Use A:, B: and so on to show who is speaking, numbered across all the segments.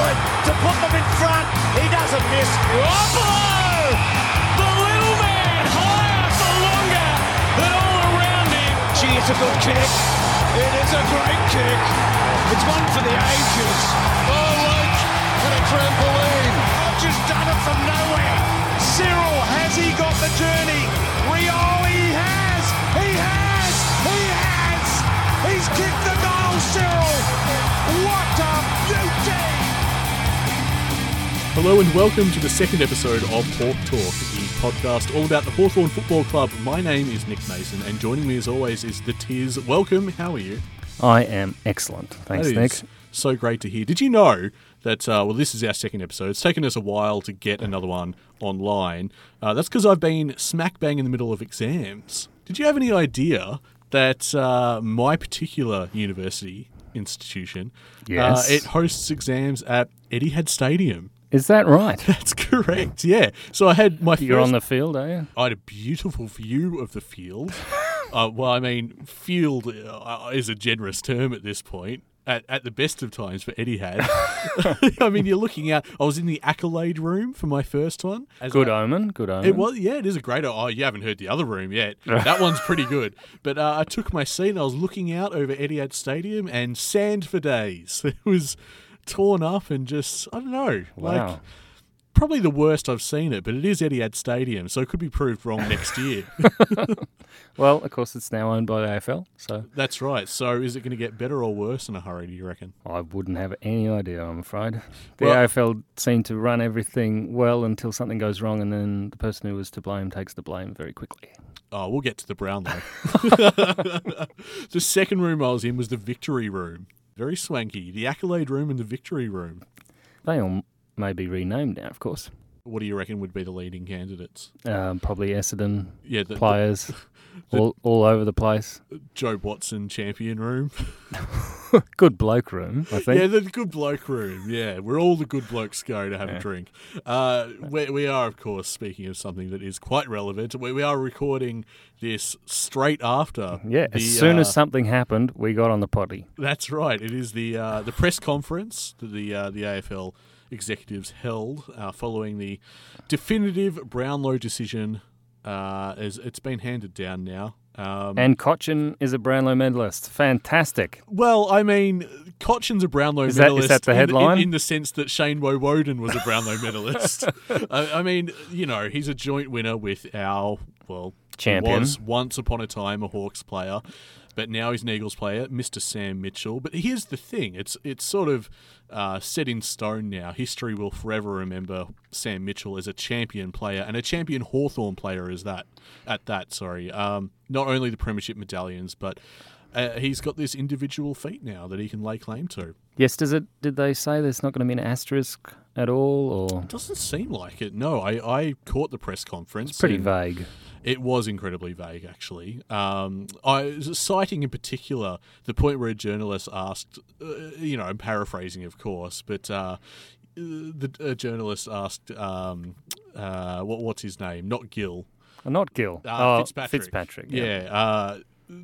A: put them in front. He doesn't miss. Oh,
B: Buffalo! The little man higher for longer than all around him. Gee, it's a good kick. It is a great kick. It's one for the ages.
C: Oh, look at a trampoline.
A: I've just done it from nowhere. Cyril, has he got the journey? Rio, he has. He has. He has. He's kicked the goal, Cyril. What a beauty!
D: Hello and welcome to the second episode of Hawk Talk, the podcast all about the Hawthorn Football Club. My name is Nick Mason, and joining me as always is the Tiz. Welcome, how are you?
E: I am excellent. Thanks,
D: That is
E: Nick.
D: So great to hear. Did you know that? Uh, well, this is our second episode. It's taken us a while to get another one online. Uh, that's because I've been smack bang in the middle of exams. Did you have any idea that uh, my particular university institution
E: Yes.
D: uh, it hosts exams at Etihad Stadium?
E: Is that right?
D: That's correct. Yeah. So I had my
E: You're
D: first
E: on the field, are you?
D: I had a beautiful view of the field. uh, well, I mean, field uh, is a generous term at this point. At, at the best of times for Eddie had. I mean, you're looking out. I was in the accolade room for my first one. As
E: Good
D: I-
E: omen. Good omen.
D: it was, yeah, it is a great. Oh, you haven't heard the other room yet. That one's pretty good. But uh, I took my seat and I was looking out over Etihad Stadium and sand for days. It was torn up and just, I don't know.
E: Wow.
D: Like, probably the worst I've seen it, but it is Etihad Stadium, so it could be proved wrong next year.
E: well, of course, it's now owned by the AFL, so
D: That's right. So is it going to get better or worse in a hurry, do you reckon?
E: I wouldn't have any idea, I'm afraid. The
D: Well-
E: AFL seem to run everything well until something goes wrong, and then the person who was to blame takes the blame very quickly.
D: Oh, we'll get to the brown though. the second room I was in was the victory room. Very swanky. The accolade room and the victory room.
E: They all may be renamed now, of course.
D: What do you reckon would be the leading candidates?
E: Um, probably Essendon
D: Yeah, the, the
E: players all, all over the place.
D: Joe Watson champion room.
E: Good bloke room, I think.
D: yeah, the good bloke room. Yeah, where all the good blokes go to have a drink. Uh, we, we are, of course, speaking of something that is quite relevant. We, we are recording this straight after.
E: Yeah,
D: the,
E: as soon
D: uh,
E: as something happened, we got on the potty.
D: That's right. It is the uh, the press conference that the uh, the AFL executives held uh, following the definitive Brownlow decision. Uh, as it's been handed down now. Um,
E: And Cochin is a Brownlow medalist. Fantastic.
D: well, I mean, Cochin's a Brownlow
E: Is that- is
D: medalist.
E: that the
D: in in-
E: headline?
D: In, the sense that Shane Woden was a Brownlow medalist. I, I mean, you know, he's a joint winner with our well he
E: Champion.
D: Was once upon a time a Hawks player, but now he's an Eagles player, Mr. Sam Mitchell. But here's the thing: it's it's sort of uh, set in stone now. History will forever remember Sam Mitchell as a champion player and a champion Hawthorn player. Is that at that? Sorry, um, not only the premiership medallions, but uh, he's got this individual feat now that he can lay claim to.
E: Yes, does it? Did they say there's not going to be an asterisk at all, or
D: Doesn't seem like it. No, I, I caught the press conference.
E: pretty
D: and-
E: vague?
D: It was incredibly vague, actually. Um, I citing in particular the point where a journalist asked, uh, you know, I'm paraphrasing, of course, but uh, the a journalist asked, um, uh, what, what's his name? Not Gill,
E: Uh, Not Gill.
D: uh,
E: Oh,
D: Fitzpatrick.
E: Fitzpatrick. Yeah.
D: Uh,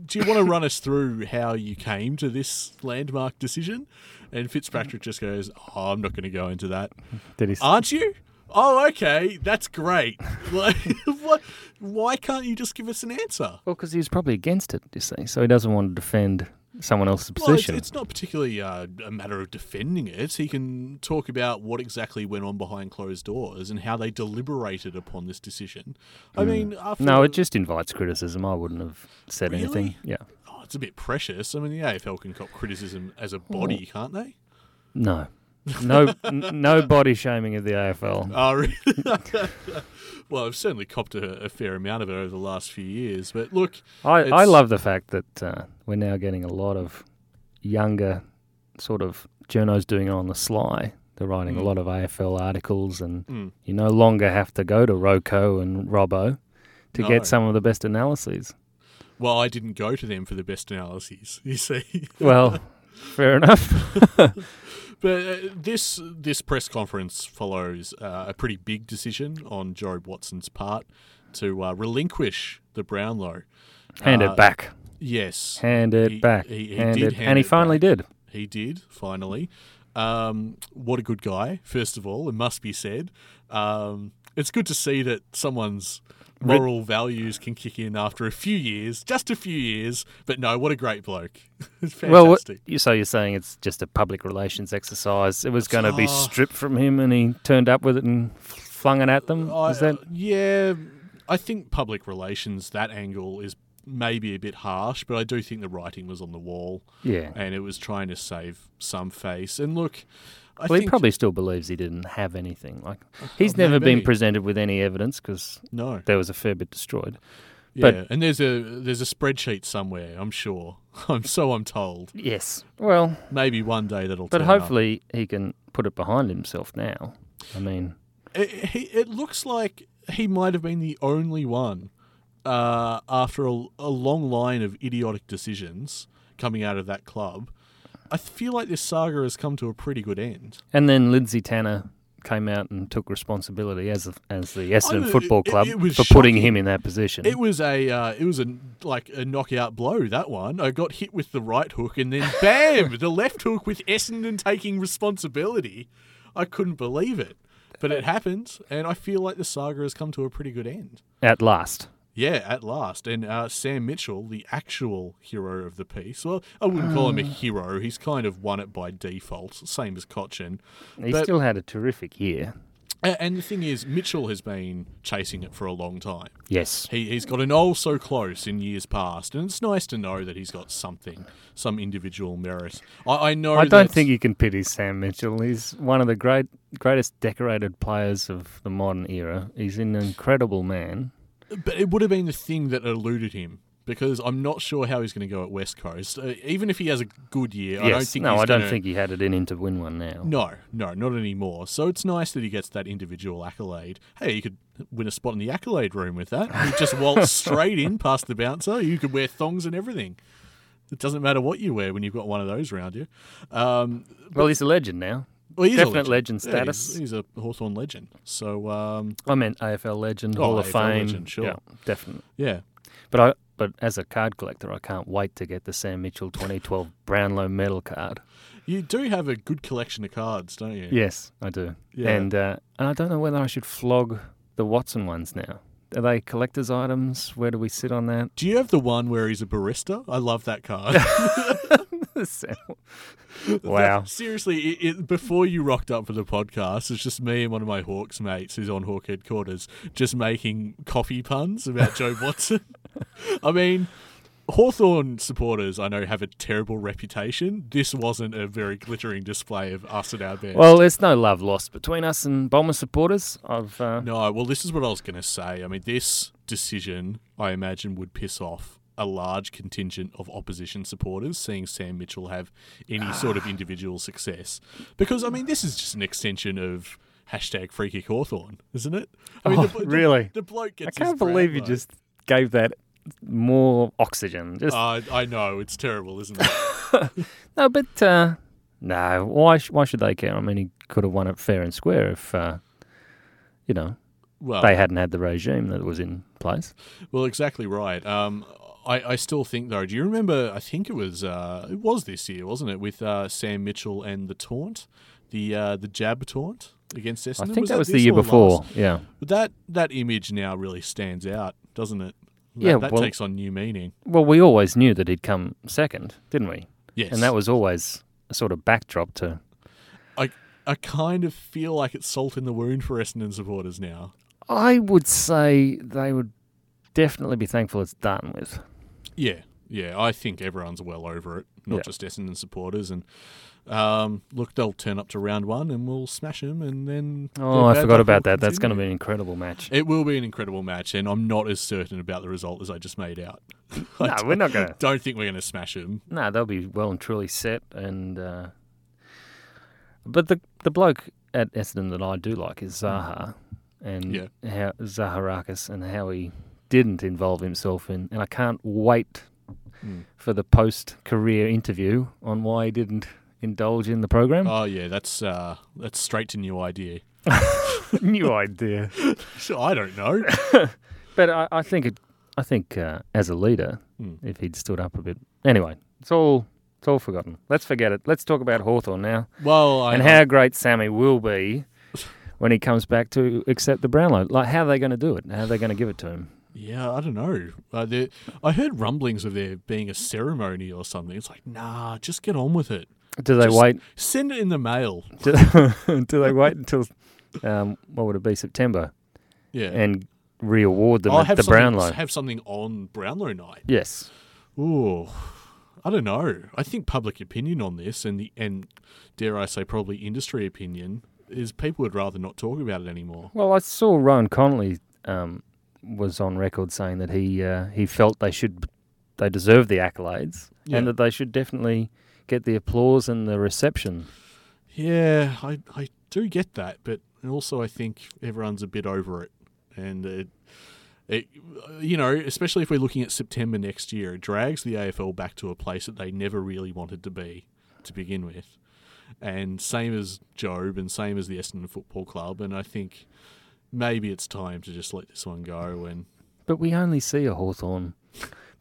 D: do you want to run us through how you came to this landmark decision? And
E: Mm.
D: Fitzpatrick just goes, oh, I'm not going to go into that
E: Did he? s
D: aren't you? Oh, okay, that's great. Like, what? Why can't you just give us an answer?
E: well, because he was probably against it. You see, so he doesn't want to defend someone else's
D: Well, it's,
E: position.
D: it's not particularly uh, a matter of defending it. He can talk about what exactly went on behind closed doors and how they deliberated upon this decision. I mean, after
E: Hmm. no, it just invites criticism. I wouldn't have said anything.
D: Really?
E: Yeah.
D: oh, it's a bit precious. I mean, the AFL can cop criticism as a
E: Hmm.
D: body, can't they?
E: No. No. n- no body shaming of the AFL.
D: Oh, really? well, I've certainly copped a, a fair amount of it over the last few years. But look,
E: I, I
D: it's-
E: love the fact that uh, we're now getting a lot of younger sort of journos doing it on the sly. They're writing a lot of AFL articles, and
D: Mm.
E: you no longer have to go to Roco and Robbo to
D: No.
E: get some of the best analyses.
D: well, I didn't go to them for the best analyses. You see.
E: Well, fair enough.
D: But uh, this this press conference follows uh, a pretty big decision on Job Watson's part to uh, relinquish the Brownlow.
E: Hand
D: Uh,
E: it back.
D: Yes,
E: Hand it
D: he-
E: back.
D: he- he
E: hand
D: did
E: it.
D: hand
E: and he
D: it
E: finally did.
D: he did finally. Um, what a good guy, first of all, it must be said. Um, it's good to see that someone's moral values can kick in after a few years, just a few years. But no, what a great bloke. it's fantastic.
E: Well, what, you so you're saying it's just a public relations exercise. It was going to be
D: Oh.
E: stripped from him, and he turned up with it and flung it at them.
D: I- uh,
E: Is that?
D: yeah, I think public relations that angle is maybe a bit harsh, but I do think the writing was on the wall.
E: Yeah.
D: and it was trying to save some face. And look, I
E: Well, he
D: think
E: probably still believes he didn't have anything. Like he's never
D: maybe.
E: been presented with any evidence because
D: no,
E: there was a fair bit destroyed.
D: yeah.
E: but-
D: and there's a there's a spreadsheet somewhere. I'm sure. I'm so I'm told.
E: Yes. Well,
D: Maybe one day that'll.
E: but
D: turn up.
E: hopefully he can put it behind himself now. I mean,
D: it, he, it looks like he might have been the only one uh, after a, a long line of idiotic decisions coming out of that club. I feel like this saga has come to a pretty good end.
E: and then Lindsay Tanner came out and took responsibility as a, as the Essendon
D: was-
E: Football
D: it-
E: Club
D: it was
E: for putting
D: shocking.
E: him in that position.
D: It was a uh, it was a like a knockout blow that one. I got hit with the right hook and then bam, the left hook with Essendon taking responsibility. I couldn't believe it, but it happened, and I feel like the saga has come to a pretty good end.
E: at last.
D: Yeah, at last. And uh, Sam Mitchell, the actual hero of the piece. Well, I wouldn't call him
E: Ah.
D: a hero. He's kind of won it by default, same as Cochin.
E: He
D: But-
E: still had a terrific year.
D: A- And the thing is, Mitchell has been chasing it for a long time.
E: Yes.
D: He, he's got an oh so close in years past, and it's nice to know that he's got something, some individual merit. I, I know.
E: I don't
D: that-
E: think you can pity Sam Mitchell. He's one of the great, greatest decorated players of the modern era. He's an incredible man.
D: But it would have been the thing that eluded him because I'm not sure how he's going to go at West Coast. Uh, even if he has a good year, I don't
E: yes.
D: think.
E: no,
D: he's
E: I don't
D: gonna-
E: think he had it in him to win one now.
D: No, no, not anymore. So it's nice that he gets that individual accolade. Hey, you could win a spot in the accolade room with that. You just waltz straight in past the bouncer. You could wear thongs and everything. It doesn't matter what you wear when you've got one of those around you. Um,
E: Well, he's a legend now.
D: well, he's
E: Definite
D: a legend,
E: legend
D: Yeah, he's-
E: status.
D: he's, a Hawthorn legend. So um,
E: I meant AFL legend,
D: Oh,
E: Hall of
D: AFL
E: Fame.
D: legend, sure.
E: Yeah, definitely.
D: yeah,
E: But I, but as a card collector, I can't wait to get the Sam Mitchell 2012 Brownlow medal card.
D: you do have a good collection of cards, don't you?
E: Yes, I do.
D: Yeah.
E: And uh, and I don't know whether I should flog the Watson ones now. Are they collectors' items? Where do we sit on that?
D: Do you have the one where he's a barista? I love that card.
E: So- wow.
D: Seriously, it, it, before you rocked up for the podcast, it's just me and one of my Hawks mates who's on Hawk headquarters just making coffee puns about Joe Watson. I mean, Hawthorn supporters, I know, have a terrible reputation. This wasn't a very glittering display of us at our best.
E: Well, there's no love lost between us and Bomber supporters. I've uh,
D: no, well, this is what I was going to say. I mean, this decision, I imagine, would piss off a large contingent of opposition supporters seeing Sam Mitchell have any sort
E: Ah.
D: of individual success. Because, I mean, this is just an extension of hashtag free kick Hawthorne, isn't it? I mean,
E: Oh,
D: blo-
E: really?
D: The, bloke
E: I
D: gets his
E: can't
D: brown
E: believe you
D: line.
E: just gave that more oxygen. Just
D: Uh, I know, it's terrible, isn't it?
E: no, but uh, no. Why? Sh- why should they care? I mean, he could have won it fair and square if uh, you know
D: Well,
E: they hadn't had the regime that was in place.
D: Well, exactly right. Um, I, I still think though. Do you remember? I think it was uh, it was this year, wasn't it, with uh, Sam Mitchell and the taunt, the uh, the jab taunt against
E: I
D: Essendon.
E: think that was the
D: this
E: year
D: or
E: before.
D: last?
E: Yeah.
D: But that that image now really stands out, doesn't it? That,
E: Yeah,
D: that
E: well-
D: takes on new meaning.
E: Well, we always knew that he'd come second, didn't we?
D: Yes,
E: And that was always a sort of backdrop to.
D: I I kind of feel like it's salt in the wound for Essendon supporters now.
E: I would say they would definitely be thankful it's done with.
D: Yeah, yeah. I think everyone's well over it, not
E: Yeah.
D: just Essendon supporters. And um, look, they'll turn up to round one and we'll smash them, and then
E: Oh,
D: the
E: I
D: bad
E: forgot
D: luck
E: about
D: will
E: that. That's going to
D: continue.
E: be an incredible match.
D: It will be an incredible match, and I'm not as certain about the result as I just made out. I
E: No, we're not going to.
D: don't think we're going to smash him.
E: No, they'll be well and truly set. And uh, but the the bloke at Essendon that I do like is Zaha, and
D: Hmm. Yeah.
E: how Zaharakis and how he didn't involve himself in. And I can't wait
D: Hmm.
E: for the post career interview on why he didn't indulge in the program.
D: Oh yeah, that's uh, that's straight to new idea.
E: New idea.
D: So I don't know.
E: But I, I
D: Hmm.
E: think it. I think uh, as a leader, if he'd stood up a bit. Anyway, it's all It's all forgotten. Let's forget it. Let's talk about Hawthorn now
D: Well, I,
E: and
D: I-
E: how great Sammy will be when he comes back to accept the Brownlow. Like, how are they going to do it? How are they going to give it to him?
D: yeah, I don't know. Uh, there, I heard rumblings of there being a ceremony or something. It's like, nah, just get on with it.
E: Do they
D: Just
E: wait?
D: Send it in the mail.
E: Do, do they wait until um, what would it be September
D: Yeah,
E: and re-award them
D: I'll
E: at
D: have
E: the
D: something-
E: Brownlow?
D: Have something on Brownlow night.
E: yes.
D: Ooh, I don't know. I think public opinion on this, and the and dare I say, probably industry opinion, is people would rather not talk about it anymore.
E: Well, I saw Rowan Connolly um, was on record saying that he uh, he felt they should they deserve the accolades
D: Yeah.
E: and that they should definitely get the applause and the reception.
D: Yeah, I I do get that, but also I think everyone's a bit over it, and it. It, you know, especially if we're looking at September next year, it drags the AFL back to a place that they never really wanted to be to begin with. And same as Job and same as the Essendon Football Club. And I think maybe it's time to just let this one go and
E: But we only see a Hawthorn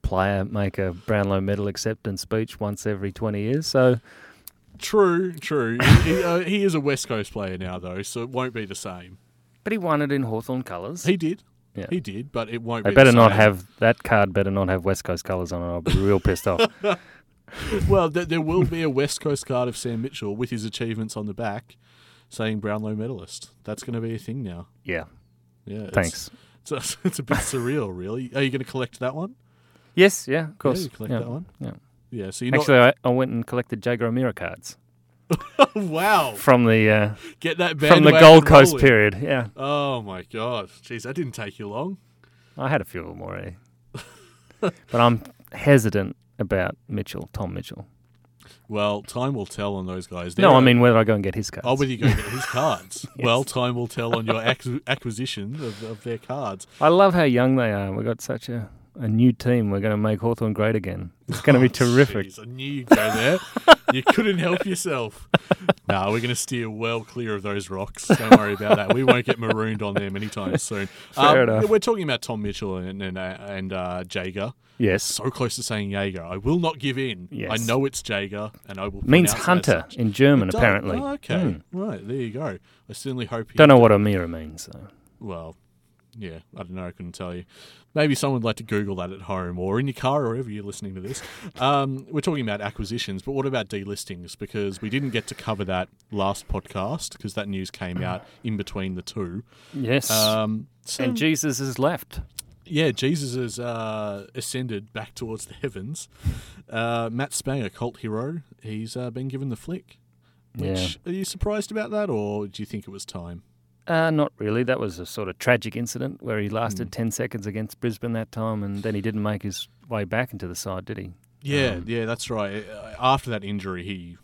E: player make a Brownlow Medal acceptance speech once every twenty years, so
D: True, true. he, uh, he is a West Coast player now, though, so it won't be the same.
E: but he won it in Hawthorn colours.
D: He did.
E: Yeah.
D: He did, but it won't
E: They
D: be
E: better
D: the
E: not
D: same.
E: have that card. Better not have West Coast colours on it. I'll be real pissed off.
D: Well, th- there will be a West Coast card of Sam Mitchell with his achievements on the back saying Brownlow medalist. That's going to be a thing now.
E: Yeah,
D: Yeah. it's-
E: thanks.
D: It's, it's a bit surreal, really. Are you going to collect that one?
E: Yes, yeah, of course.
D: you collect that one?
E: Yeah.
D: Yeah, so you're
E: Actually, I, I went and collected Jago O'Meara cards
D: not. Wow.
E: from the uh,
D: Get that
E: from the
D: bandwagon
E: Gold Coast
D: rolling.
E: period. Yeah,
D: Oh, my God. Jeez, that didn't take you long.
E: I had a few of them already, but I'm hesitant about Mitchell, Tom Mitchell.
D: Well, time will tell on those guys.
E: no,
D: They're
E: I
D: a-
E: mean whether I go and get his cards.
D: Oh, whether you go get his cards. Well, time will tell on your ac- acquisition of, of their cards.
E: I love how young they are. We got such a, a new team. We're going to make Hawthorn great again. It's going to be terrific.
D: Oh, Jeez, I knew you'd go there. you couldn't help yourself. No, we're going to steer well clear of those rocks. Don't worry about that. We won't get marooned on them anytime soon. Um,
E: Fair enough.
D: We're talking about Tom Mitchell and and, uh, and uh, Jager.
E: Yes,
D: So close to saying Jaeger. I will not give in.
E: Yes.
D: I know it's Jager, and I will. pronounce it
E: means
D: as
E: hunter
D: such.
E: in German.
D: Don't-
E: Apparently,
D: oh, okay.
E: Hmm.
D: Right. There you go. I certainly hope you
E: Don't know what O'Meara means though.
D: well, yeah, I don't know. I couldn't tell you. Maybe someone would like to Google that at home or in your car or wherever you're listening to this. Um, we're talking about acquisitions, but what about delistings? Because we didn't get to cover that last podcast because that news came out in between the two.
E: Yes,
D: Um, so,
E: and Jesus has left.
D: yeah, Jesus has uh, ascended back towards the heavens. Uh, Matt Spang, a cult hero, he's uh, been given the flick. Which are you surprised about that, or do you think it was time?
E: Uh, not really. That was a sort of tragic incident where he lasted
D: Hmm.
E: 10 seconds against Brisbane that time and then he didn't make his way back into the side, did he?
D: Yeah,
E: Um,
D: yeah, that's right. Uh, After that injury, he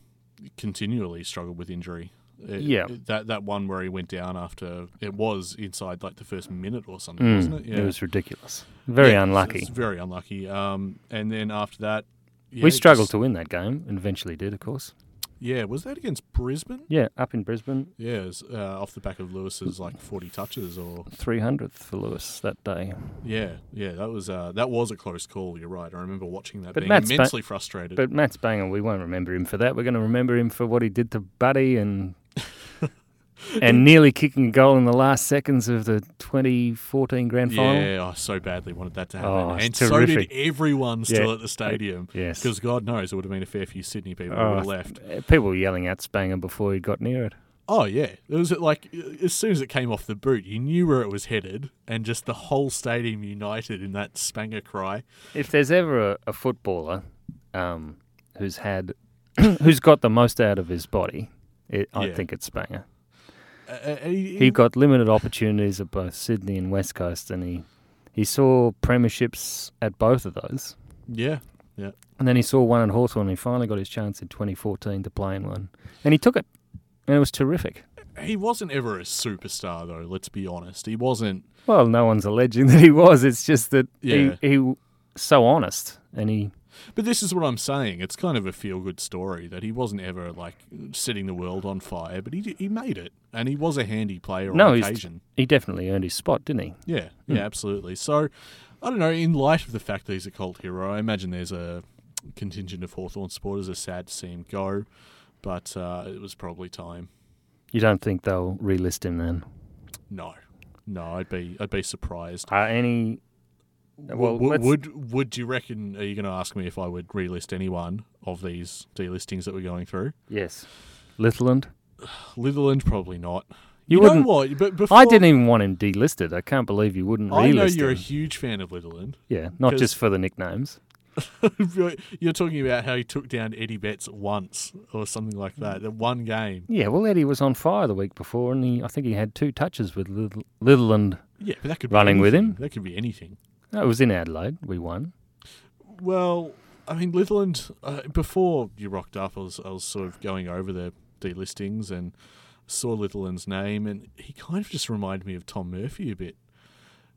D: continually struggled with injury. It-
E: Yeah.
D: that that one where he went down after it was inside like the first minute or something, wasn't it? Uh, Yeah,
E: Hmm. It was ridiculous. Very
D: Yeah, it's-
E: unlucky.
D: It's very unlucky. Um, and then after that, yeah,
E: we struggled
D: just-
E: to win that game and eventually did, of course.
D: Yeah, was that against Brisbane?
E: Yeah, up in Brisbane,
D: Yeah, it was, uh, off the back of Lewis's like forty touches or
E: 300th for Lewis that day.
D: yeah, yeah. That was uh, that was a close call. You're right. I remember watching that
E: But
D: being
E: Matt's ba-
D: immensely frustrated.
E: But Matt Spanger, we won't remember him for that. We're going to remember him for what he did to Buddy and. and nearly kicking a goal in the last seconds of the 2014 grand final.
D: Yeah, I so badly wanted that to happen.
E: Oh, it's
D: and so
E: terrific.
D: did everyone still
E: Yeah.
D: at the stadium.
E: Yes.
D: Because God knows it would have been a fair few Sydney people who
E: Oh,
D: would have left.
E: People were yelling at Spanger before he got near it.
D: Oh, yeah. It was like, as soon as it came off the boot, you knew where it was headed, and just the whole stadium united in that Spanger cry.
E: If there's ever a, a footballer um, who's had, who's got the most out of his body, it, I
D: Yeah.
E: think it's Spanger.
D: Uh, uh, he-
E: He got limited opportunities at both Sydney and West Coast, and he he saw premierships at both of those,
D: yeah. Yeah.
E: and then he saw one at Hawthorn. And he finally got his chance in 2014 to play in one, and he took it, and it was terrific.
D: He wasn't ever a superstar, though, let's be honest. He wasn't.
E: Well, no one's alleging that he was. It's just that
D: Yeah.
E: he he w- so honest, and he
D: But this is what I'm saying. It's kind of a feel good story that he wasn't ever, like, setting the world on fire, but he, d- he made it. And he was a handy player
E: no,
D: on
E: he's-
D: occasion.
E: he definitely earned his spot, didn't he? Hmm.
D: Yeah, yeah, absolutely. So, I don't know. In light of the fact that he's a cult hero, I imagine there's a contingent of Hawthorn supporters are sad to see him go, but uh, it was probably time.
E: You don't think they'll relist him then?
D: No, no, I'd be I'd be surprised.
E: Are Uh, any?
D: Well,
E: Well, let's-
D: would would you reckon? Are you going to ask me if I would relist anyone of these delistings that we're going through?
E: yes, Littleland.
D: Litherland probably not.
E: You
D: know
E: wouldn't-
D: what? But before,
E: I didn't even want him delisted. I can't believe you wouldn't relist
D: I know you're a
E: him.
D: huge fan of Litherland.
E: yeah, not
D: 'cause-
E: just for the nicknames.
D: You're talking about how he took down Eddie Betts once or something like
E: Hmm.
D: that. That one game.
E: Yeah, well, Eddie was on fire the week before, and he, I think he had two touches with Little, Littleland.
D: Yeah, but that could
E: Running
D: be
E: with
D: anything.
E: him?
D: That could be anything.
E: No, it was in Adelaide. We won.
D: Well, I mean, Litherland, uh, before you rocked up, I was, I was sort of going over the delistings and saw Litherland's name, and he kind of just reminded me of Tom Murphy a bit.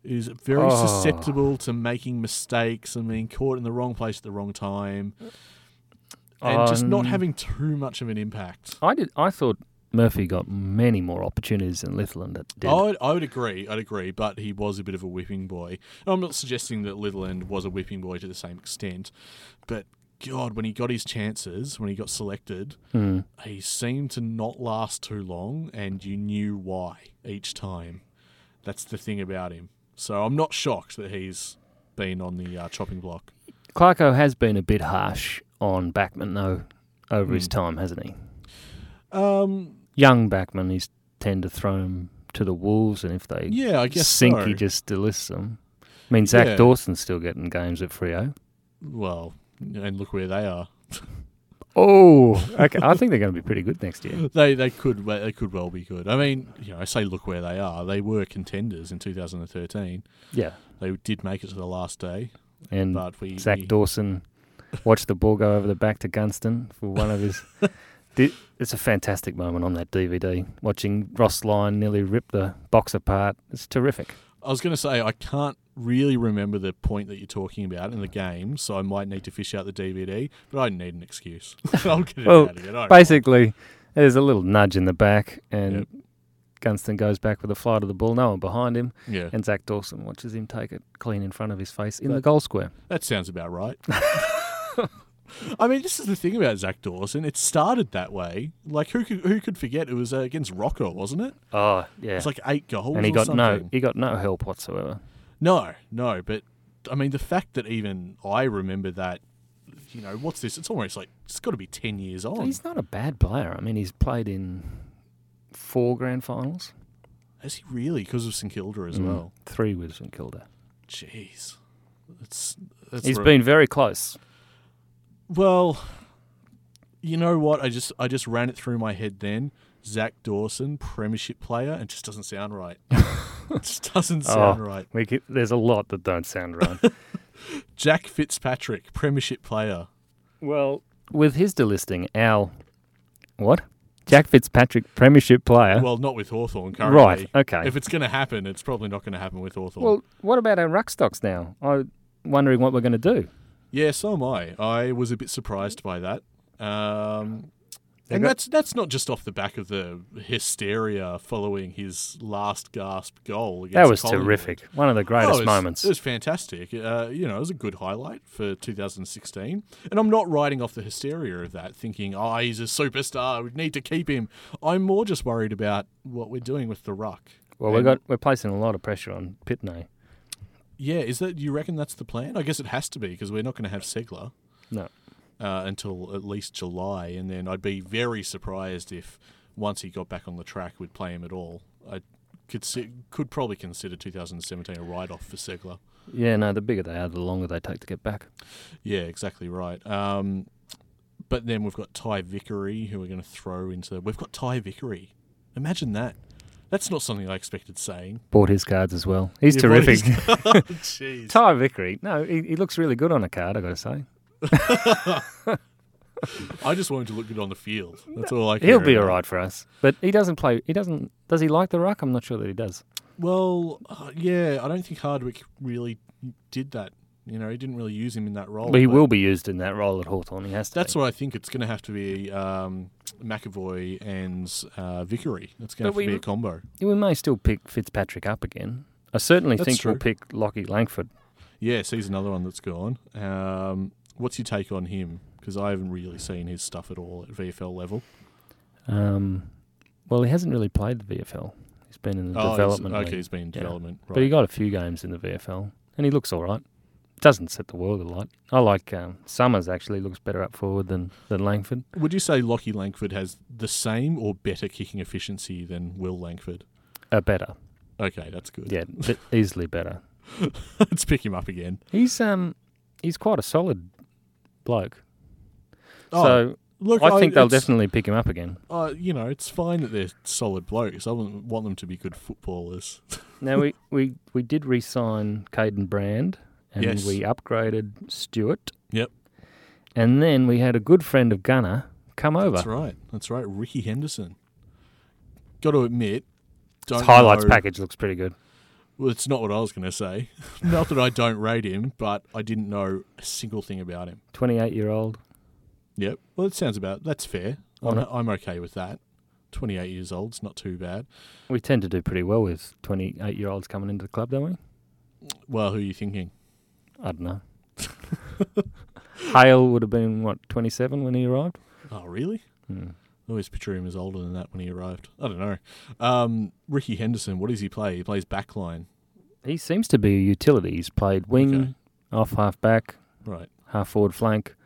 D: He's very
E: Oh.
D: susceptible to making mistakes and being caught in the wrong place at the wrong time, and just not
E: Um,
D: having too much of an impact.
E: I did. I thought Murphy got many more opportunities than Littleland did.
D: I would, I would agree. I'd agree, but he was a bit of a whipping boy. And I'm not suggesting that Litherland was a whipping boy to the same extent, but God, when he got his chances, when he got selected,
E: Hmm.
D: he seemed to not last too long, and you knew why each time. That's the thing about him. So I'm not shocked that he's been on the uh, chopping block.
E: Clarko has been a bit harsh on Backman though over
D: Hmm.
E: his time, hasn't he?
D: Um,
E: Young Backman, he's tend to throw him to the wolves, and if they
D: yeah, I guess
E: sink,
D: so.
E: he just delists them. I mean, Zach
D: Yeah.
E: Dawson's still getting games at Frio.
D: well, and look where they are.
E: Oh, okay. I think they're going to be pretty good next year.
D: They they could we- they could well be good. I mean, you know, I say look where they are. They were contenders in 2013.
E: Yeah,
D: They did make it to the last day,
E: and
D: but we
E: Zach
D: we-
E: Dawson watched the ball go over the back to Gunston for one of his. Di- it's a fantastic moment on that DVD. Watching Ross Lyon nearly rip the box apart. It's terrific.
D: I was going to say I can't really remember the point that you're talking about in the game, so I might need to fish out the DVD. But I need an excuse. I'll get it
E: Well,
D: out of here. Don't worry.
E: Basically, there's a little nudge in the back, and
D: Yep.
E: Gunston goes back with a fly to the ball. No one behind him,
D: yeah,
E: and Zach Dawson watches him take it clean in front of his face in the goal square.
D: that sounds about right. I mean, this is the thing about Zach Dawson. It started that way. Like who could, who could forget it was uh, against Rocker, wasn't it?
E: Oh yeah,
D: Ah, It's like eight goals.
E: and he
D: or
E: got no
D: something.
E: he got no help whatsoever.
D: No, no, but I mean the fact that even I remember that, you know, what's this? It's almost like it's got to be ten years on.
E: He's not a bad player. I mean, he's played in four grand finals.
D: Has he really? Because of St Kilda
E: Mm.
D: as well.
E: Three with St Kilda.
D: Jeez, it's that's
E: He's
D: re-
E: been very close.
D: well. You know what? I just I just ran it through my head then. Zach Dawson, Premiership player, and just doesn't sound right. it just doesn't
E: Oh.
D: sound right.
E: We could, there's a lot that don't sound right.
D: Jack Fitzpatrick, Premiership player.
E: well, with his delisting, Al, what? Jack Fitzpatrick, Premiership player. Well,
D: Well, not with Hawthorn currently.
E: okay.
D: If it's going to happen, it's probably not going to happen with Hawthorn.
E: what about our ruck stocks now? I'm wondering what we're going to do.
D: Yeah, so am I. I was a bit surprised by that. Um,
E: They
D: and
E: got-
D: that's that's not just off the back of the hysteria following his last gasp goal. Against
E: That was
D: Collingwood.
E: terrific. One of the
D: Oh, it
E: greatest
D: was-
E: moments.
D: It was fantastic. Uh, you know, it was a good highlight for 2016. And I'm not writing off the hysteria of that, thinking, oh, he's a superstar. We need to keep him. I'm more just worried about what we're doing with the ruck.
E: well, we got we're placing a lot of pressure on Pitney.
D: Yeah, is that you reckon that's the plan? I guess it has to be because we're not going to have Segler.
E: No.
D: uh, until at least July, and then I'd be very surprised if once he got back on the track, we'd play him at all. I could si- could probably consider 2017 a write off for Segler.
E: Yeah, no. The bigger they are, the longer they take to get back.
D: Yeah, exactly right. Um, but then we've got Ty Vickery, who we're going to throw into. We've got Ty Vickery. Imagine that. That's not something I expected saying.
E: Bought his cards as well. He's
D: Yeah, but
E: terrific.
D: Jeez.
E: Ty Vickery. No, he, he looks really good on a card, i got to say.
D: I just want him to look good on the field. That's all I care
E: He'll be
D: about.
E: all right for us. But he doesn't play. He doesn't. Does he like the ruck? I'm not sure that he does.
D: Well, uh, yeah, I don't think Hardwick really did that. You know, he didn't really use him in that role.
E: But he
D: but
E: will be used in that role at Hawthorn. He has to.
D: Oh, That's
E: be.
D: what I think. It's going to have to be um, McAvoy and uh, Vickery. It's going to have
E: But
D: to
E: we-
D: be a combo.
E: We may still pick Fitzpatrick up again. I certainly
D: That's
E: think
D: true.
E: we'll pick Lockie Langford.
D: Yes, he's another one that's gone. Um, What's your take on him? Because I haven't really seen his stuff at all at VFL level.
E: Um, well, he hasn't really played the VFL. He's been in the
D: Oh, he's-
E: development.
D: Okay,
E: league.
D: he's been in
E: Yeah.
D: development. Right.
E: But he got a few games in the VFL, and he looks all right. Doesn't set the world alight. I like um, Summers actually looks better up forward than than Langford.
D: Would you say Lockie Langford has the same or better kicking efficiency than Will Langford?
E: Uh, better,
D: Okay, that's good.
E: yeah, but easily better.
D: Let's pick him up again.
E: He's um he's quite a solid bloke.
D: Oh,
E: so
D: look,
E: I think they'll
D: it's-
E: definitely pick him up again.
D: Uh, you know, it's fine that they're solid blokes. I wouldn't want them to be good footballers.
E: Now we we we did re-sign Caden Brand, and
D: Yes.
E: we upgraded Stewart,
D: Yep,
E: and then we had a good friend of Gunner come over.
D: that's right. That's right. Ricky Henderson. Got to admit, don't
E: His highlights
D: know-
E: package looks pretty good.
D: Well, it's not what I was going to say. not that I don't rate him, but I didn't know a single thing about him.
E: Twenty-eight year old.
D: Yep. Well, it sounds about that's fair.
E: On
D: I'm,
E: a-
D: I'm okay with that. 28 years old, it's not too bad.
E: We tend to do pretty well with twenty-eight year olds coming into the club, don't we?
D: Well, who are you thinking?
E: I don't know. Hale would have been what twenty-seven when he arrived.
D: Oh, really?
E: Hmm.
D: I always picture him as older than that when he arrived. I don't know. Um, Ricky Henderson, what does he play? He plays backline.
E: He seems to be a utility. He's played wing,
D: Okay.
E: off half back,
D: Right.
E: half forward flank,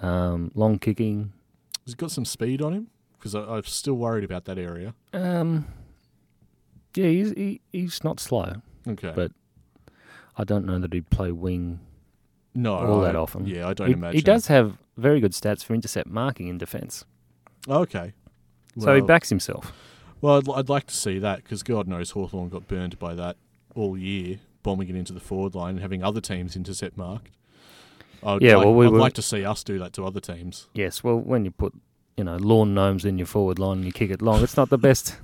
E: um, long kicking.
D: Has he got some speed on him? Because I'm still worried about that area.
E: Um, yeah, he's he, he's not slow.
D: Okay.
E: But I don't know that he'd play wing
D: no,
E: all
D: I-
E: that often.
D: Yeah, I don't
E: he,
D: imagine.
E: He does have very good stats for intercept marking in defence,
D: Okay.
E: so he
D: Well-
E: backs himself.
D: Well, I'd, I'd like to see that because God knows Hawthorn got burned by that all year, bombing it into the forward line and having other teams intercept marked. I'd
E: Yeah,
D: like,
E: well, we
D: I'd
E: were-
D: like to see us do that to other teams.
E: Yes, well, when you put you know lawn gnomes in your forward line and you kick it long, it's not the best.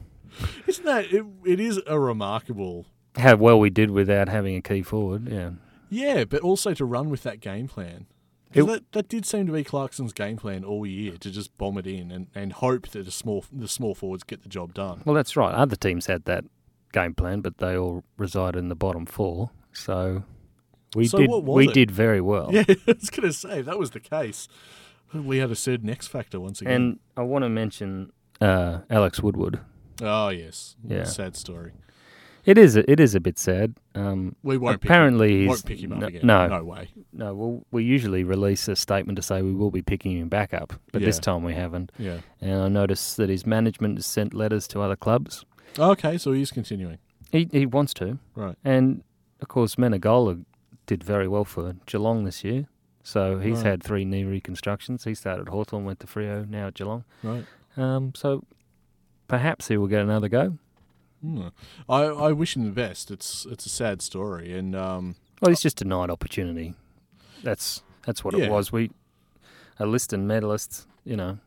D: Isn't that it? It is a remarkable,
E: How well we did without having a key forward. Yeah,
D: yeah, but also to run with that game plan. 'Cause
E: It-
D: that, that did seem to be Clarkson's game plan all year to just bomb it in and, and hope that the small the small forwards get the job done.
E: well, that's right. Other teams had that game plan, but they all reside in the bottom four. So we
D: So
E: did
D: what was
E: we
D: it?
E: did very well.
D: Yeah, I was going to say if that was the case. We had a certain X factor once again.
E: And I want to mention uh, Alex Woodward.
D: oh yes,
E: Yeah.
D: sad story.
E: It is it is a bit sad. Um,
D: We won't
E: Apparently
D: pick him,
E: he's-
D: won't pick him up
E: no-
D: again.
E: no.
D: no way.
E: no, well, we usually release a statement to say we will be picking him back up, but this
D: Yeah.
E: time we haven't.
D: Yeah.
E: And I noticed that his management has sent letters to other clubs.
D: Oh, Okay, so he's continuing.
E: He he wants to,
D: Right.
E: and of course Menegola did very well for Geelong this year. So he's
D: Right.
E: had three knee reconstructions. He started at Hawthorn, went to Frio, now at Geelong.
D: Right.
E: Um, so perhaps he will get another go.
D: Hmm. I I wish him the best. It's it's a sad story, and um,
E: Well, he's just denied opportunity. That's that's what
D: Yeah.
E: it was. We a Liston medalist, you know.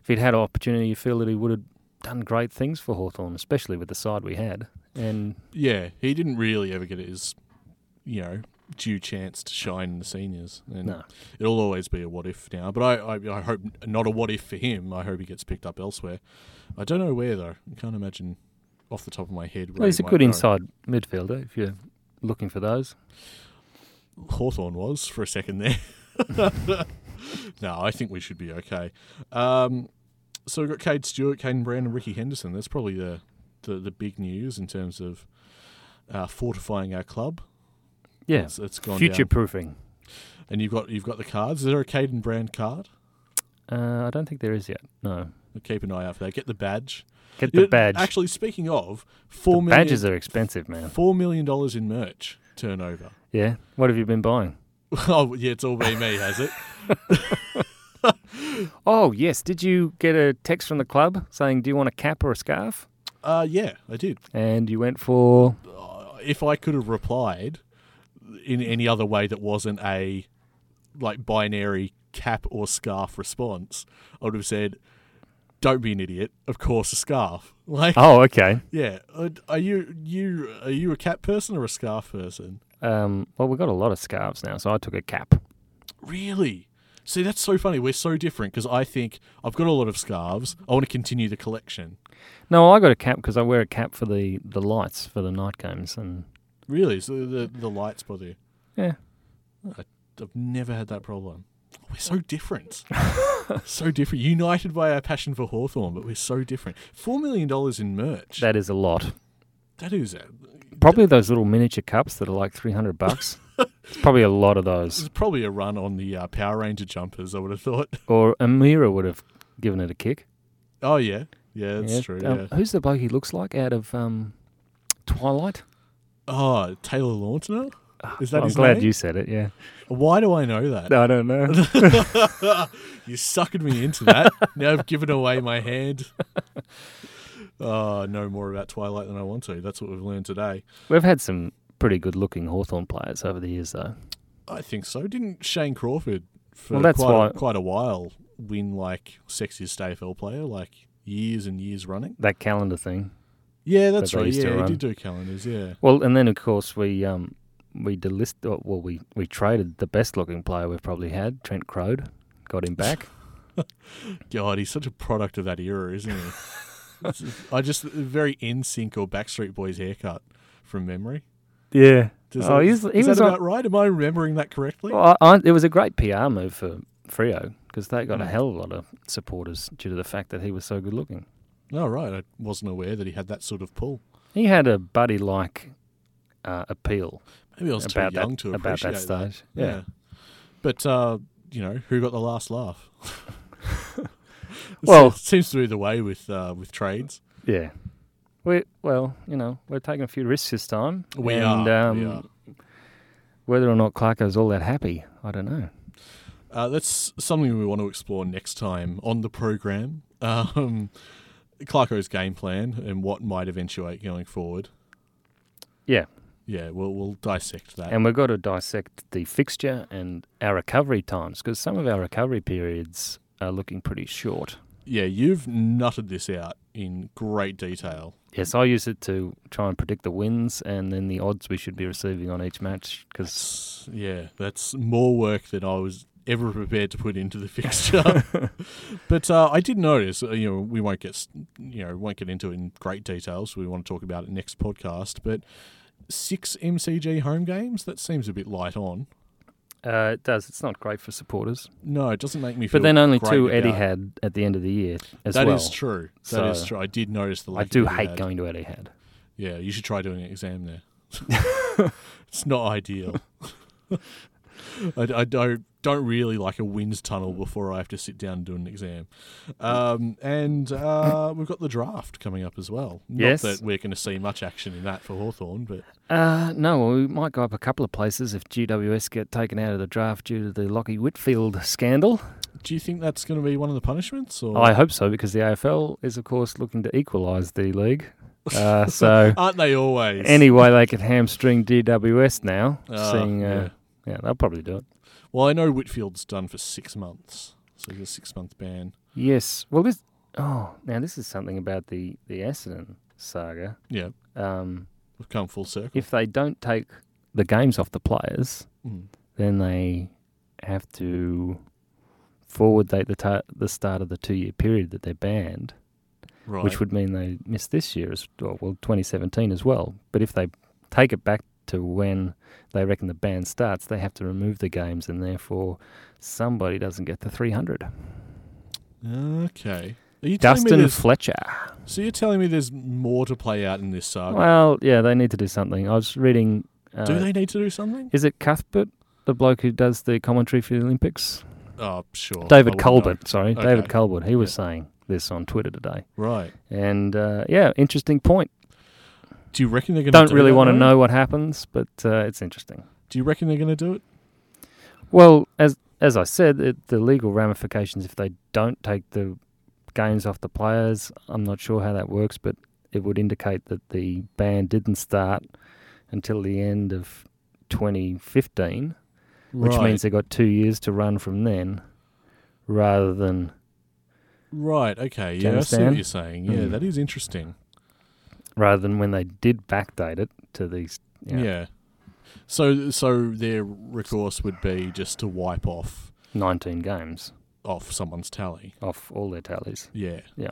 E: If he'd had opportunity, you feel that he would have done great things for Hawthorn, especially with the side we had. And
D: yeah, he didn't really ever get his, you know, due chance to shine in the seniors. And
E: No.
D: it'll always be a what if now. But I, I I hope not a what if for him. I hope he gets picked up elsewhere. I don't know where though. I can't imagine off the top of my head. Where
E: well, he's
D: he
E: a
D: might
E: good
D: go.
E: inside midfielder if you're looking for those.
D: Hawthorn was for a second there. no, I think we should be okay. Um, so we've got Cade Stewart, Caden Brown, and Ricky Henderson. That's probably the, the, the big news in terms of uh, fortifying our club.
E: Yeah,
D: It's, it's gone
E: future
D: Future.
E: proofing.
D: And you've got you've got the cards. Is there a Caden Brand card?
E: Uh, I don't think there is yet. No,
D: Keep an eye out for that. Get the badge.
E: get the
D: Yeah,
E: badge.
D: Actually, speaking of,
E: the
D: four million
E: badges are expensive, man.
D: four million dollars in merch turnover.
E: Yeah, what have you been buying?
D: oh yeah, it's all been me, has it?
E: Oh yes, did you get a text from the club saying, "Do you want a cap or a scarf?"
D: Uh, yeah, I did.
E: And you went for
D: if I could have replied in any other way that wasn't a like binary cap or scarf response, I would have said, "Don't be an idiot. Of course, a scarf." Like,
E: oh, okay.
D: yeah, Uh, are you you are you a cap person or a scarf person?
E: Um, well, we've got a lot of scarves now, so I took a cap.
D: Really? See, that's so funny. We're so different because I think I've got a lot of scarves. I want to continue the collection.
E: No, I got a cap because I wear a cap for the, the lights for the night games, and
D: Really? So the the lights bother you?
E: yeah,
D: I've never had that problem. we're so different. so different. United by our passion for Hawthorn, but we're so different. $4 million in merch.
E: That is a lot.
D: that is it.
E: Probably those little miniature cups that are like 300 bucks. it's probably a lot of those.
D: It's probably a run on the uh, Power Ranger jumpers, I would have thought.
E: Or Amira would have given it a kick.
D: Oh, yeah. Yeah, that's
E: Yeah,
D: true.
E: um,
D: yeah.
E: Who's the bloke he looks like out of um, Twilight?
D: Oh, Taylor Lautner? Is that
E: I'm
D: his
E: glad
D: name?
E: you said it, yeah.
D: Why do I know that?
E: I don't know.
D: You suckered me into that. now I've given away my hand. Oh, I know more about Twilight than I want to. That's what we've learned today.
E: We've had some pretty good looking Hawthorn players over the years, though.
D: I think so. Didn't Shane Crawford for
E: Well, that's
D: quite,
E: why-
D: a, quite a while win like sexiest AFL player, like years and years running?
E: That calendar thing.
D: Yeah, that's
E: That they
D: right.
E: used to
D: Yeah, he
E: run.
D: did do calendars. Yeah,
E: Well, and then of course we um, we delist. oh, Well, we we traded the best looking player we've probably had, Trent Crode. Got him back.
D: God, he's such a product of that era, isn't he? It's just- I just very in sync or Backstreet Boys haircut from memory.
E: yeah.
D: Does
E: oh,
D: that,
E: he's, he
D: is
E: was
D: that
E: on,
D: about right? Am I remembering that correctly?
E: Well, I, I, it was a great PR move for Frio because they got a
D: Mm.
E: hell of a lot of supporters due to the fact that he was so good looking.
D: No, Oh, right. I wasn't aware that he had that sort of pull.
E: He had a buddy like uh, appeal
D: Maybe I was
E: about
D: too young
E: that
D: to
E: about
D: appreciate
E: that stage.
D: Yeah. But, uh, you know, who got the last laugh?
E: Well-
D: Se- seems to be the way with uh, with trades.
E: yeah, We well, you know, we're taking a few risks this time.
D: We
E: and,
D: are.
E: Um,
D: we are.
E: Whether or not Clarko's all that happy, I don't know.
D: Uh, that's something we want to explore next time on the program. Um, Clarko's game plan and what might eventuate going forward.
E: Yeah,
D: Yeah, we'll, we'll dissect that.
E: and we've got to dissect the fixture and our recovery times because some of our recovery periods are looking pretty short.
D: yeah, you've nutted this out in great detail.
E: Yes, I use it to try and predict the wins and then the odds we should be receiving on each match because
D: Yeah, that's more work than I was ever prepared to put into the fixture. but uh, I did notice, uh, you know, we won't get, s- you know, won't get into it in great detail, so we want to talk about it next podcast. But six MCG home games, that seems a bit light on.
E: uh, it does. It's not great for supporters.
D: No, it doesn't make me feel.
E: But then only
D: great
E: two
D: about-
E: Eddie had at the end of the year as
D: That is
E: well.
D: true. That is
E: So-
D: true. I did notice the.
E: I
D: lack of
E: do
D: Eddie
E: hate
D: had.
E: going to Eddie had.
D: Yeah, you should try doing an exam there. it's not ideal. I, I don't don't really like a wind tunnel before I have to sit down and do an exam. Um, and uh, we've got the draft coming up as well. Not
E: Yes.
D: that we're going to see much action in that for Hawthorn, but
E: Uh, no, well, we might go up a couple of places if GWS get taken out of the draft due to the Lockie Whitfield scandal.
D: do you think that's going to be one of the punishments? Or
E: I hope so because the AFL is, of course, looking to equalise the league. Uh, so
D: aren't they always?
E: any way they can hamstring GWS now,
D: Ah,
E: seeing uh, yeah. they'll probably do it.
D: well, I know Whitfield's done for six months, so he's a six month ban.
E: Yes, well, this oh now this is something about the the Essendon saga.
D: Yeah,
E: Um,
D: we've come full circle.
E: if they don't take the games off the players,
D: Mm.
E: then they have to forward date the ta- the start of the two year period that they're banned,
D: Right.
E: which would mean they miss this year as well, well, 2017 as well. But if they take it back to when they reckon the ban starts, they have to remove the games, and therefore somebody doesn't get the 300.
D: okay. Are you telling me
E: Dustin
D: there's-
E: Fletcher.
D: So you're telling me there's more to play out in this saga?
E: Well, yeah, they need to do something. I was reading. Uh,
D: Do they need to do something?
E: Is it Cuthbert, the bloke who does the commentary for the Olympics?
D: Oh, sure. I
E: David
D: wouldn't
E: Colbert, sorry,
D: Okay.
E: David Colbert. He was saying this on Twitter today,
D: know. Right.
E: and uh, yeah, interesting point.
D: Do you reckon they're going to
E: Don't really want
D: to
E: to know what happens, but uh, it's interesting.
D: Do you reckon they're going to do it?
E: Well, as as I said, it, the legal ramifications if they don't take the games off the players, I'm not sure how that works, but it would indicate that the ban didn't start until the end of 2015. which
D: right.
E: means they got two years to run from then, rather than
D: Right. Okay.
E: you
D: Yeah, I see what
E: understand?
D: you're saying. Yeah,
E: Mm.
D: that is interesting.
E: rather than when they did backdate it to these.
D: Yeah. So, so their recourse would be just to wipe off
E: 19 games
D: off someone's tally.
E: off all their tallies.
D: Yeah.
E: Yeah.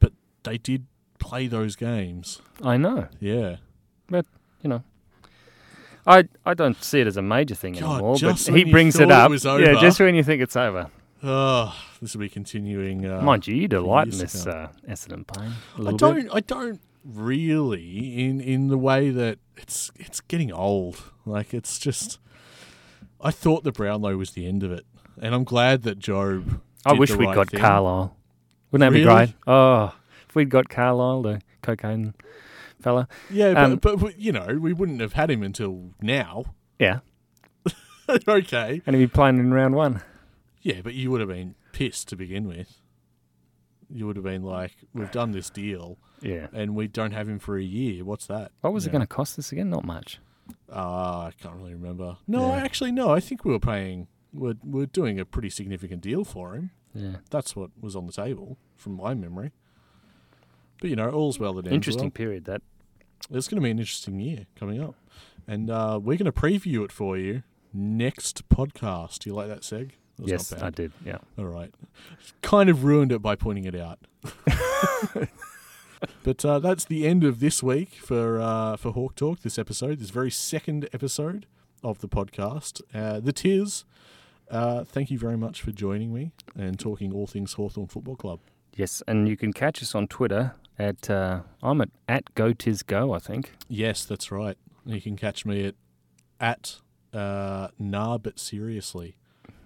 D: But they did play those games.
E: I know,
D: Yeah.
E: but you know, I I don't see it as a major thing
D: God,
E: anymore.
D: just
E: but
D: when
E: he
D: you
E: brings
D: thought
E: it
D: it
E: up.
D: was
E: Yeah,
D: over.
E: just when you think it's over.
D: Oh, this will be continuing. Uh,
E: Mind you, you delight in
D: years
E: this
D: ago.
E: uh, Essendon plane. a
D: I
E: little
D: don't.
E: bit.
D: I don't really in in the way that it's it's getting old. Like it's just. I thought the Brownlow was the end of it, and I'm glad that Job.
E: I
D: did
E: wish
D: the
E: we'd
D: right
E: got
D: thing.
E: Carlisle. Wouldn't that
D: Really?
E: be great? Oh, if we'd got Carlisle, the cocaine fella.
D: Yeah, but,
E: Um,
D: but but you know we wouldn't have had him until now.
E: Yeah,
D: okay.
E: and he'd be playing in round one.
D: Yeah, but you would have been pissed to begin with. You would have been like, "We've done this deal,
E: Yeah.
D: and we don't have him for a year. What's that?"
E: What was
D: Yeah.
E: it going to cost us again? Not much.
D: Ah, I can't really remember. No, actually, no. I think we were paying. We're, we're doing a pretty significant deal for him.
E: Yeah.
D: That's what was on the table, from my memory. But you know, all's well that ends
E: Interesting period that.
D: well. It's going to be an interesting year coming up, and uh, we're going to preview it for you next podcast. Do you like that, Seg? That was
E: Yes,
D: not
E: I
D: bad.
E: did. Yeah.
D: All right. Kind of ruined it by pointing it out. but uh, that's the end of this week for uh, for Hawk Talk. This episode, this very second episode of the podcast, uh, the Tears. Uh, thank you very much for joining me and talking all things Hawthorn Football Club.
E: Yes, and you can catch us on Twitter at uh, I'm at at go tis go. I think.
D: Yes, that's right. You can catch me at at uh, nah, but seriously.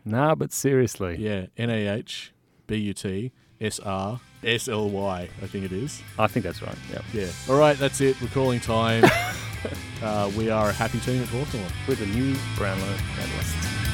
E: Nah, but seriously,
D: Yeah, N A H B U T S R S L Y. I think it is.
E: I think that's right. Yeah.
D: Yeah. All right, that's it. We're calling time. uh, we are a happy team at Hawthorn.
E: With a new Brownlow medalist.